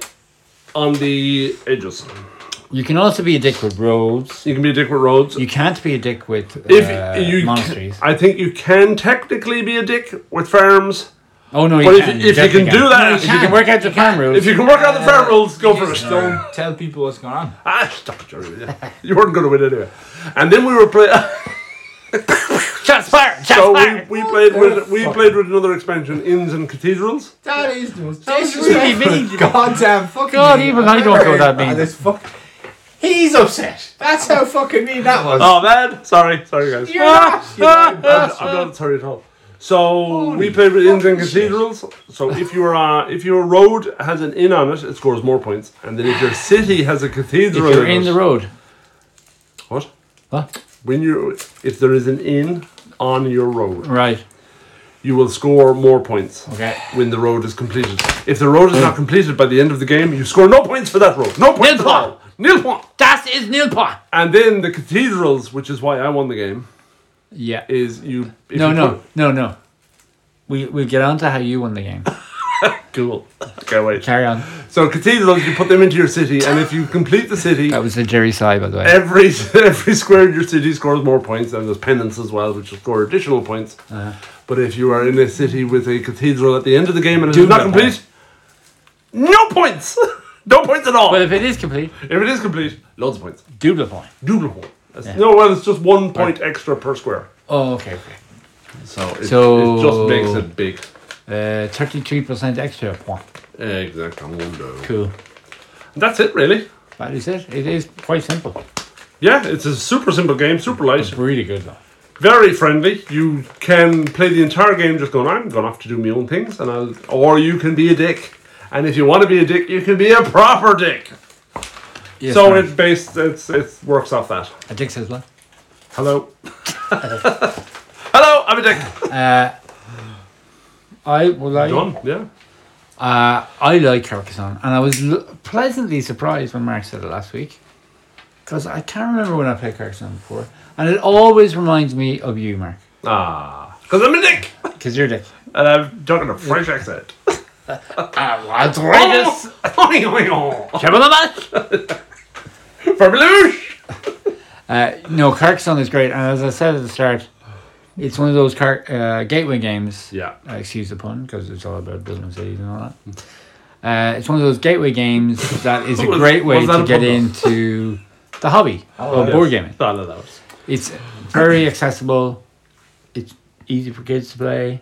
on the edges. You can also be a dick with roads. You can be a dick with roads. You can't be a dick with uh, if you, monasteries. I think you can technically be a dick with farms. oh no, you But if- can. if you definitely can do that- No, if you you can, can work out the farm rules. If you can work out the farm rules, go for it. Just don't tell people what's going on. (laughs) Ah, stop it, Jeremy. Yeah. You weren't going to win anyway. And then we were (laughs) playing. shots fired, shots so we, fired. we played with we fuck. played with another expansion, inns and cathedrals. That is the most That's really disrespectful (laughs) mean. Goddamn fucking. God, mean. even I don't know what that Ah, means. that's fuck- He's upset. That's how fucking mean that (laughs) was. Oh man, sorry, sorry guys. You're (laughs) not. you know. (laughs) I'm, I'm not sorry at all. So we played with inns and fucking cathedrals. So if your uh, if your road has an inn on it, it scores more points. And then if your city has a if cathedral, you're in the it- road, what? what? When you if there is an inn on your road, Right. you will score more points. Okay. When the road is completed, if the road is not completed by the end of the game, you score no points for that road. No points Nil at all. Nil point. That is nil pot. And then the cathedrals, which is why I won the game, Yeah. is you. If No, you no, no, no. We we'll get on to how you won the game. Put, cool. Okay, wait. Carry on. So cathedrals, you put them into your city, and if you complete the city, That was the Jerry Sai, by the way. every (laughs) every square in your city scores more points, and there's pennants as well, which will score additional points. Uh-huh. But if you are in a city with a cathedral at the end of the game and it Do is not not complete, no points, (laughs) no points at all. But if it is complete, if it is complete, loads of points, double point. double point. That's- No, well, it's just one point extra per square. Oh, okay, okay. So it, So- it just makes it big. Uh, 33% extra point. Exactly. Mundo. Cool. That's it, really. That is it. It is quite simple. Yeah, it's a super simple game, super light, Really good, though. very friendly. You can play the entire game just going, I'm going to have to do my own things, and I'll, or you can be a dick. And if you want to be a dick, you can be a proper dick. Yes, so ma'am. it's based, it's it works off that. A dick says what? (laughs) Hello. Hello, I'm a dick. Uh, I would like. Done. Yeah. Uh, I like Carcassonne, and I was l- pleasantly surprised when Mark said it last week, because I can't remember when I played Carcassonne before, and it always reminds me of you, Mark, Ah, because I'm a dick, because you're dick. and I'm talking a French (laughs) accent. Ah, (laughs) Outrageous, From Chevrolet. Lelouch. Uh, no, Carcassonne is great, and as I said at the start, it's one of those car- uh, gateway games. Yeah. uh, excuse the pun, because it's all about building cities and all that. Uh, it's one of those gateway games that is a (laughs) Was- great way was that to a get pun? Oh, into the hobby of board gaming. No, no, that was. It's very accessible. It's easy for kids to play,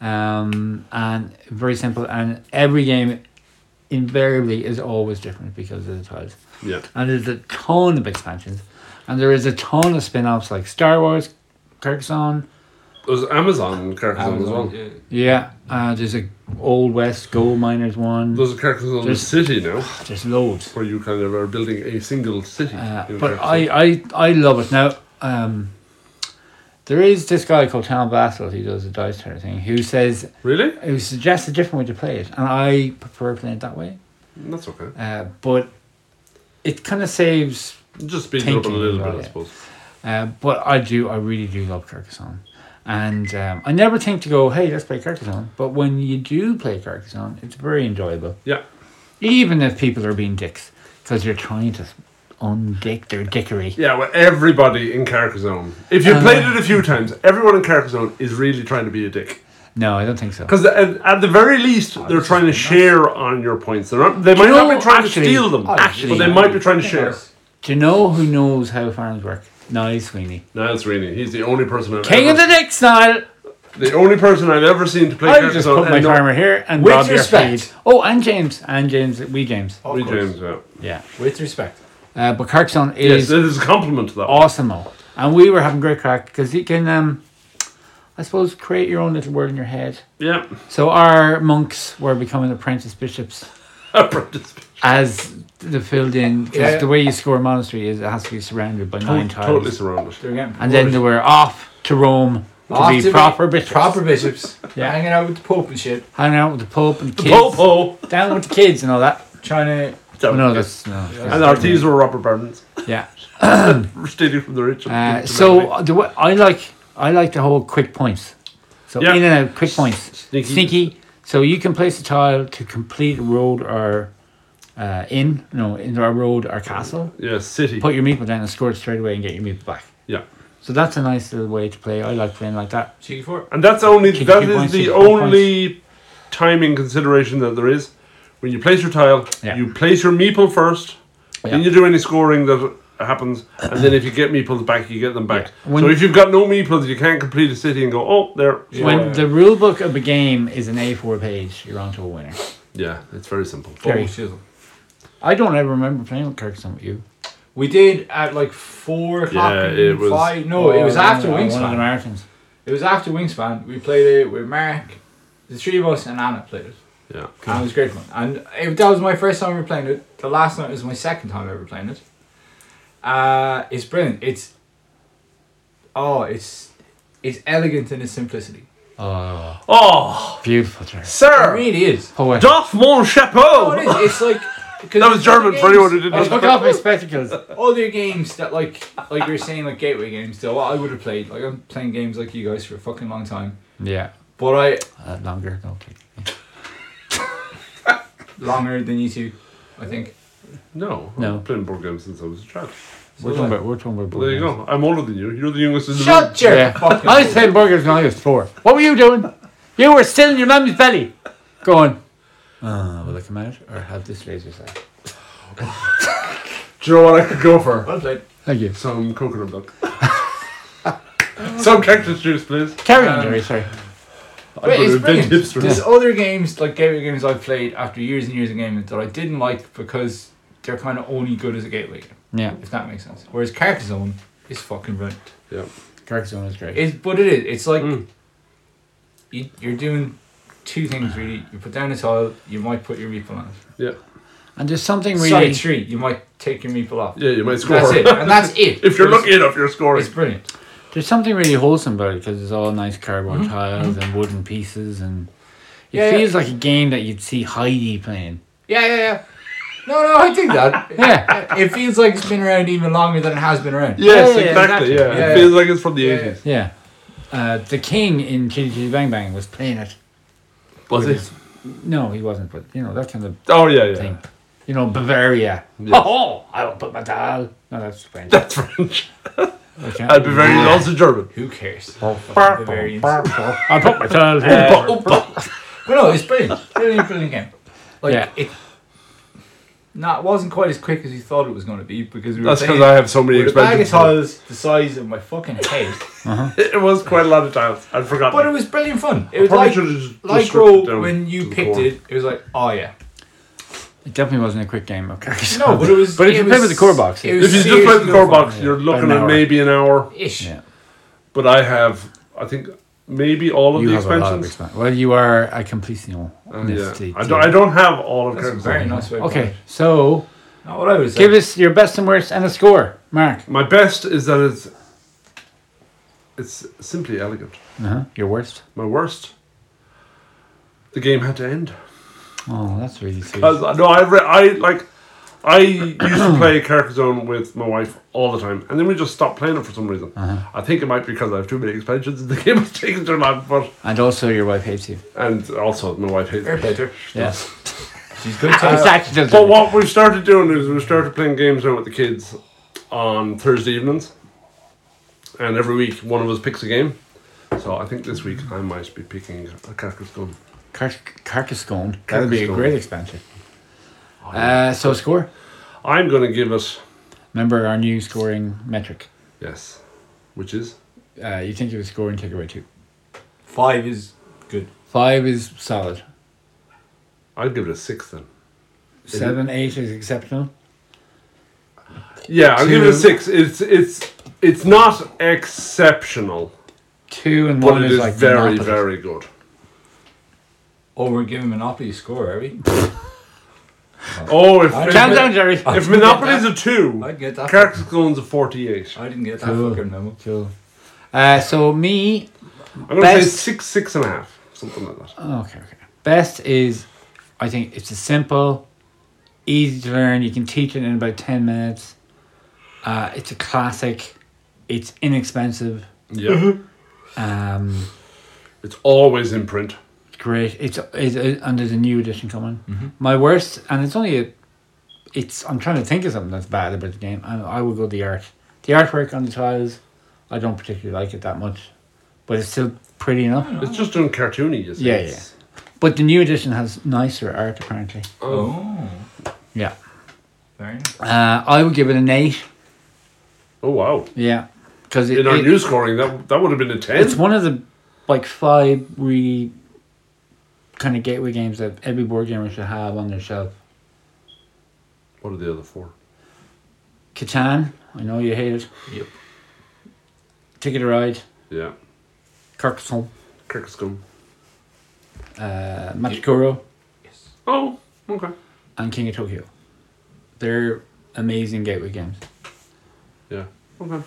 um, and very simple. And every game, invariably, is always different because of the tiles. Yeah. And there's a ton of expansions, and there is a ton of spin-offs like Star Wars, Carcassonne. It was Amazon Carcassonne as well. Yeah. Yeah, uh, there's a Old West Gold Miners one. There's a Carcassonne There's- city now, There's loads. where you kind of are building a single city. Uh, in but Carcassonne. I, I, I love it. Now, um, there is this guy called Tom Basel, who does the dice tower thing, who says, really who suggests a different way to play it. And I prefer playing it that way. that's okay. Uh, but it kind of saves. Just speed it up a Thinking little about bit, I it. suppose. Uh, but I do, I really do love Carcassonne. And um, I never think to go, hey, let's play Carcassonne. But when you do play Carcassonne, it's very enjoyable. Yeah, Even if people are being dicks, because you're trying to undick their dickery. yeah. Well, Uh, everybody in Carcassonne, if you played it a few times, everyone in Carcassonne is really trying to be a dick. No, I don't think so. Because at, at the very least, they're trying to share on your points. They're not, they might know, not be trying actually- to steal them, actually- but they might be trying to share. Do you know who knows how farms work? Niall Sweeney. Niles Sweeney, he's the only person I've King of ever, the Dicks, Niall! the only person I've ever seen to play. I Kirk just Swan put and my know- farmer here and With rob your respect. feed. Oh, and James. And James. We James. Of Lee course. James, yeah. Yeah. With respect. Uh, but Kirkstone Yes, is that is a compliment to that. one. awesome. And we were having great crack because you can, um, I suppose, create your own little world in your head. Yeah, (laughs) So our monks were becoming apprentice bishops apprentice. as the filled in. 'cause Yeah. the way you score a monastery is it has to be surrounded by nine tiles. Totally surrounded. They're getting And then they were off to Rome to Off be to be proper bishops. proper bishops Yeah. hanging out with the Pope and shit, Hanging out with the Pope and the kids. Popo. Down with the kids and all that. trying to. Oh, no, that's no. and our teas were Robert (laughs) Burns, Yeah. stealing from the rich. Uh, so the way I like I like the whole quick points. So Yeah. in and out, quick points. Sneaky. Sneaky. So you can place a tile to complete a road or uh, in no into our road or castle. yeah, city. Put your meeple down and score it straight away and get your meeple back. Yeah, So that's a nice little way to play. I like playing like that. Cheeky for and that's only Kick that two is points, the kick four only timing consideration that there is. When you place your tile, Yeah. you place your meeple first, then Yeah. you do any scoring that happens, and then if you get meeples back, you get them back. Yeah. When- so if you've got no meeples, you can't complete a city and go, oh, there. When the rule book of a game is an A4 page, you're onto a winner. yeah, it's very simple. Very. shizzle. I don't ever remember playing with Kirkstone with you. We did at like four o'clock. Yeah, and it was- Five. No, it was Or after Oh, one of the- One of the Wingspan. marathons. It was after Wingspan. We played it with Mark, the three of us, and Anna played it. Yeah. And it was great fun. And it, that was my first time ever playing it. The last night was my second time ever playing it. Uh, it's brilliant. It's oh, it's it's elegant in its simplicity. Oh, Oh, beautiful track. It sir, really is. Poet. doff mon Oh, it chapeau. is. It's like That was German for anyone who didn't. I took off my spectacles. other games that like like you're saying like gateway games though I would have played like I'm playing games like you guys for a fucking long time Yeah. but I Uh, longer. No, okay. longer than you two I think No, No. I've playing board games since I was a child. We're talking about. We're talking about. Well, there you burgers. go. I'm older than you. You're the youngest in the room. shut your Yeah. fucking I was playing burgers when I was four. What were you doing? You were still in your mummy's belly, going. Uh, will I come out or have this laser (laughs) sight? Do you know what I could go for? well played Thank you. Some coconut milk. (laughs) Some cactus juice, please. Carry on, Um, Jerry. Sorry. But I've it's got a big brilliant. hipster. There's other games like gateway games I've played after years and years of gaming that I didn't like because they're kind of only good as a gateway game Yeah. if that makes sense whereas Carcassonne is fucking brilliant Yeah. Carcassonne is great. It's but it is. It's like Mm. you, you're doing two things really. You put down a tile, you might put your meeple on it. Yeah. and there's something really. Sorry, three. You might take your meeple off. Yeah, you might score. That's it, (laughs) and that's it. If you're It's- lucky enough, you're scoring. it's brilliant. There's something really wholesome about it because it's all nice Mm-hmm. cardboard tiles and wooden pieces, and it Yeah, yeah. feels like a game that you'd see Heidi playing. Yeah, yeah, yeah. No, no, I think that. (laughs) Yeah. It feels like it's been around even longer than it has been Yes, around. Yeah, yeah, exactly. exactly. Yeah. Yeah, It yeah. feels like it's from the Yeah, 80s. yeah. Uh, the king in Chitty Chitty Bang Bang was playing it. Was it? No, he wasn't, but you know that kind of Oh, yeah, yeah. thing. You know, Bavaria. Yes. Oh, I will put my dial. No, that's (laughs) French. (laughs) That's French. Okay. I'd be very also German. Who cares? Oh, Burp, Bavarians. burp, burp. I'll put my dial here. But no, it's brilliant. Brilliant, brilliant game. Like Yeah. it. Not it wasn't quite as quick as you thought it was going to be because we were That's because playing I have so many with a bag of expensive. tiles the size of my fucking head. (laughs) It was quite a lot of tiles. I'd forgotten. (laughs) But it was brilliant fun. It was probably like, should've just like stripped it Roe, down when to you the picked core. it, it was like, oh yeah. It definitely wasn't a quick game (laughs) of cards. No, but it was. But if it you was, play with the core box, it yeah. was if you just play seriously the core fun. box, you're About looking an at hour. maybe an hour. Ish. Yeah. But I have, I think, maybe all of You the have a lot of expansions. expansion. Well, you are a completionist. Uh, yeah. I, don't, I don't have all of Kirk's. Very nice way. of putting Okay, it. so Not what I was. give us your best and worst and a score, Mark. My best is that it's it's simply elegant. Uh-huh. Your worst? My worst, the game had to end. Oh, that's really sweet. As, no, I re- I like I used (coughs) to play Carcassonne with my wife all the time, and then we just stopped playing it for some reason. Uh-huh. I think it might be because I have too many expansions, and the (laughs) game has taken too long. But And also, your wife hates you. and also my wife hates. Fair it. play to her. Yes. She's good. Uh, taste. actually But what we've started doing is we started playing games now with the kids on Thursday evenings, and every week one of us picks a game, So I think this week I might be picking a carcass gun. Car- Carcassonne. That would be a Carcassonne. Oh, great expansion. Uh, so score. I'm going to give it Remember our new scoring metric. yes, which is Uh, you think you would score and take away two. Five is good. Five is solid. I'd give it a six then. Seven, eight is exceptional. Yeah, I'll give it a Two. six. It's it's it's not exceptional, Two and but one it is, is like very monopoly. very good. Oh, we're giving Monopoly a score, are we? Oh, if, I if, Calm (laughs) down, Jerry. if Monopoly's a two, I'd get that. Carcass Gun's a forty-eight. I didn't get that Cool. fucking memo. Cool. Uh, so me. I'm going to say Best- six, six and a half, something like that. Okay, okay. Best is, I think it's a simple, easy to learn. You can teach it in about ten minutes. Uh, it's a classic. It's inexpensive. Yeah, Mm-hmm. Um, it's always in print. Great. It's, it's uh, and there's a new edition coming. Mm-hmm. My worst, and it's only a, it's. I'm trying to think of something that's bad about the game, and I will go the art. The artwork on the tiles, I don't particularly like it that much, but it's still pretty enough. It's just done cartoony, you see. Yeah, But the new edition has nicer art apparently. Oh, Oh, Yeah. very nice. Uh, I would give it an eight. oh wow. Yeah, because it, In our it- new scoring, that that would have been a ten. it's one of the like five really kind of gateway games that every board gamer should have on their shelf. What are the other four? Catan, I know you hate it. Yep. Ticket to Ride, Yeah, Carcassonne, Carcass Gun. uh, Machikoro, Yes. Oh, okay. and King of Tokyo. They're amazing gateway games. Yeah. Okay.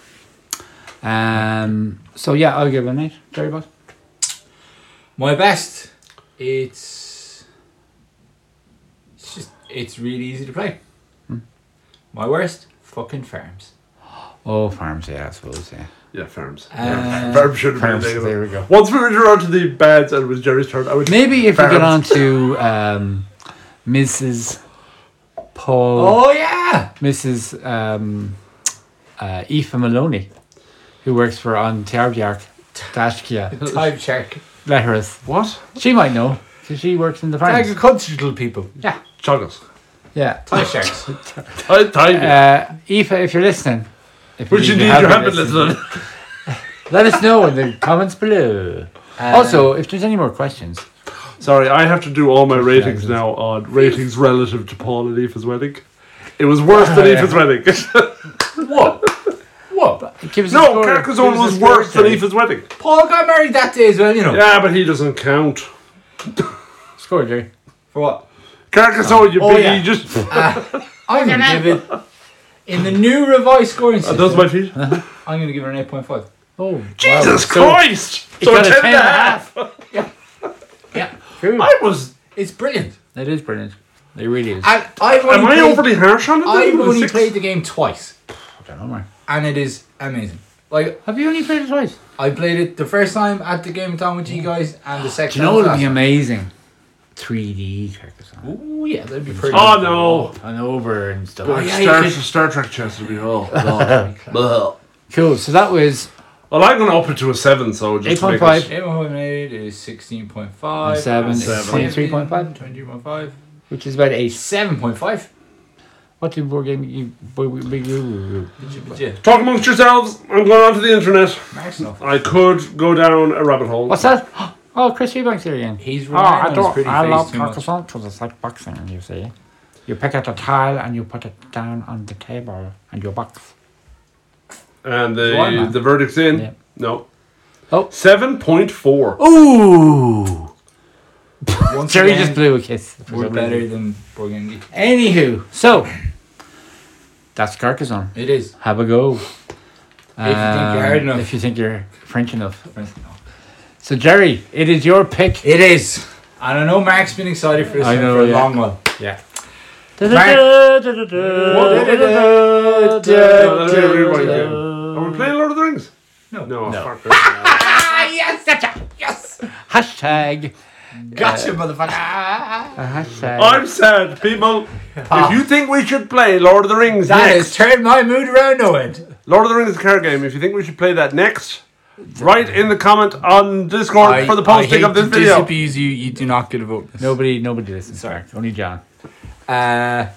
Um, so yeah, I'll give it an eight. Jerry Bot. My best. It's. It's just. It's really easy to play. Hmm. My worst. (laughs) Fucking farms. Oh, farms, yeah, I suppose, yeah. Yeah, farms. Uh, yeah. Farms should have been Farms, negative. there we go. Once we were on to the bads and it was Jerry's turn, I would Maybe if we get on Farms. to um, Mrs. Paul, Oh yeah. Mrs. Um, uh, Aoife Maloney, who works for on Tiarbjark, Dashkia, (laughs) Time check. Letteris. What? She might know, 'cause she works in the farms. Agricultural people. Yeah, (laughs) Chuggles. yeah. Time checks. Time, time. Uh, Aoife, if you're listening, if Which indeed indeed you haven't listened. let us know in (laughs) the comments below. Uh, also, if there's any more questions, (laughs) Sorry, I have to do all my ratings now on ratings relative to Paul and Aoife's wedding. It was worse than Uh, yeah. Aoife's wedding. (laughs) what? What? give us a no, score. Carcassonne Give us a was score, worse than Terry. Aoife's wedding. Paul got married that day as well. You know. Yeah, but he doesn't count. Score, Jerry. For what? Carcassonne, you Oh, big, yeah. you just. I'm gonna give it. In the new revised scoring system, Uh, Those my feet. I'm gonna give it an eight point five. Oh, (laughs) Jesus wow. So, Christ! it So got a 10 10 and a half. Yeah, True. I was. it's brilliant. That is brilliant. It really is. And I've only Am I played, overly harsh on it? I've It was only six. played the game twice, don't know, Mark. and it is amazing. Like Have you only played it twice? I played it the first time at the game time with you guys, and the second. Do you know what time would be last amazing? 3D Carcassonne. time. Ooh, yeah, that'd be pretty. Oh no! And over and stuff. yeah, you Star, could- Star Trek chest would be (laughs) oh. God. Blah. Cool. So that was well, I'm gonna up it to a seven, so just to make 8.5. it- Game I made is sixteen point five. And seven is 23.5. Twenty-three point five. which is about eight. Seven point five. What did board game you? boy- we- we- we- we- we- Talk amongst yourselves. I'm going onto the internet. Maxwell. I could go down a rabbit hole. What's that? (gasps) Oh, Chris Eubanks here again. He's Oh, I relying on his don't. pretty I face love too much. Carcassonne because it's like boxing, you see. You pick out a tile and you put it down on the table and you box. Why, And the man? the verdict's in. Yeah. No. Oh. Seven point four. Ooh! Once Jerry again, just blew a kiss. for We're some reason. better than Burgundy. Anywho, so that's Carcassonne. It is. Have a go. Uh, If you think you're hard enough. If you think you're French enough. So Jerry, it is your pick. It is. And I know Mark's been excited for this I one know, for a yeah. long while. Yeah. Are we playing Lord of the Rings? No. No. Oh. oh, No. fuck that. Ah, yes, gotcha. Yes. Hashtag. Gotcha, motherfucker. A hashtag. I'm sad, (laughs) people. If you think we should play Lord of the Rings Ah. That next, has turned my mood around, Owen. Lord of the Rings card game. If you think we should play that next, Write in the comment on Discord for the posting hate of this to video. disabuse you. You do not get a vote. Nobody, nobody listens. Sorry. Mark, Only John. Uh,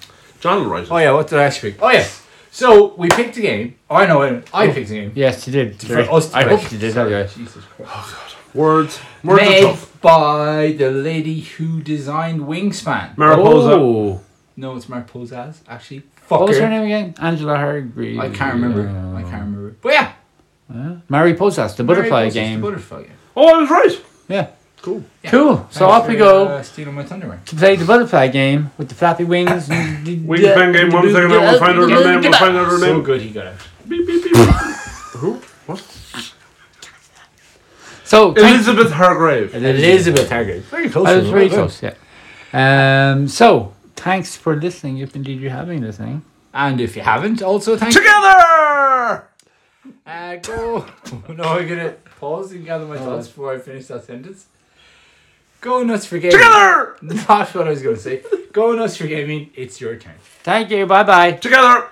John will write it. oh yeah, what did I actually pick? Oh yeah. So we picked a game. Oh, I know. I- I picked a game. Yes, you did. For us to I pick. hope you did anyway. Jesus Christ. Words. Words are Made tough. by the lady who designed Wingspan. Mariposa. Oh. No, it's Mark Pozaz, actually. What was her Fucker. name again? Angela Hargreaves. I can't remember. I can't remember. But yeah. remember. Mary Posas, the butterfly Mary Poza's game. Butterfly game. Oh, I was right. yeah. Cool. Yeah. Cool. So Thanks off we for, go Uh, stealing my thunder. Ray. to play the butterfly game with the flappy wings. We wings can bang game one second. We'll find out her name. We'll find out her So name. good he got out. Beep, beep, beep. Who? What? So thank- Elizabeth Hargrave. Elizabeth Hargrave. Very close. I was though. very Well done. close. Yeah. Um. So thanks for listening, if indeed you're having eh? listening. And if you haven't, also thank you. Together! Uh, go. (laughs) no, I'm going to pause and gather my Oh. thoughts before I finish that sentence. Go nuts for gaming. (laughs) Together! That's what I was going to say. Go nuts for gaming. It's your turn. Thank you. Bye bye. Together!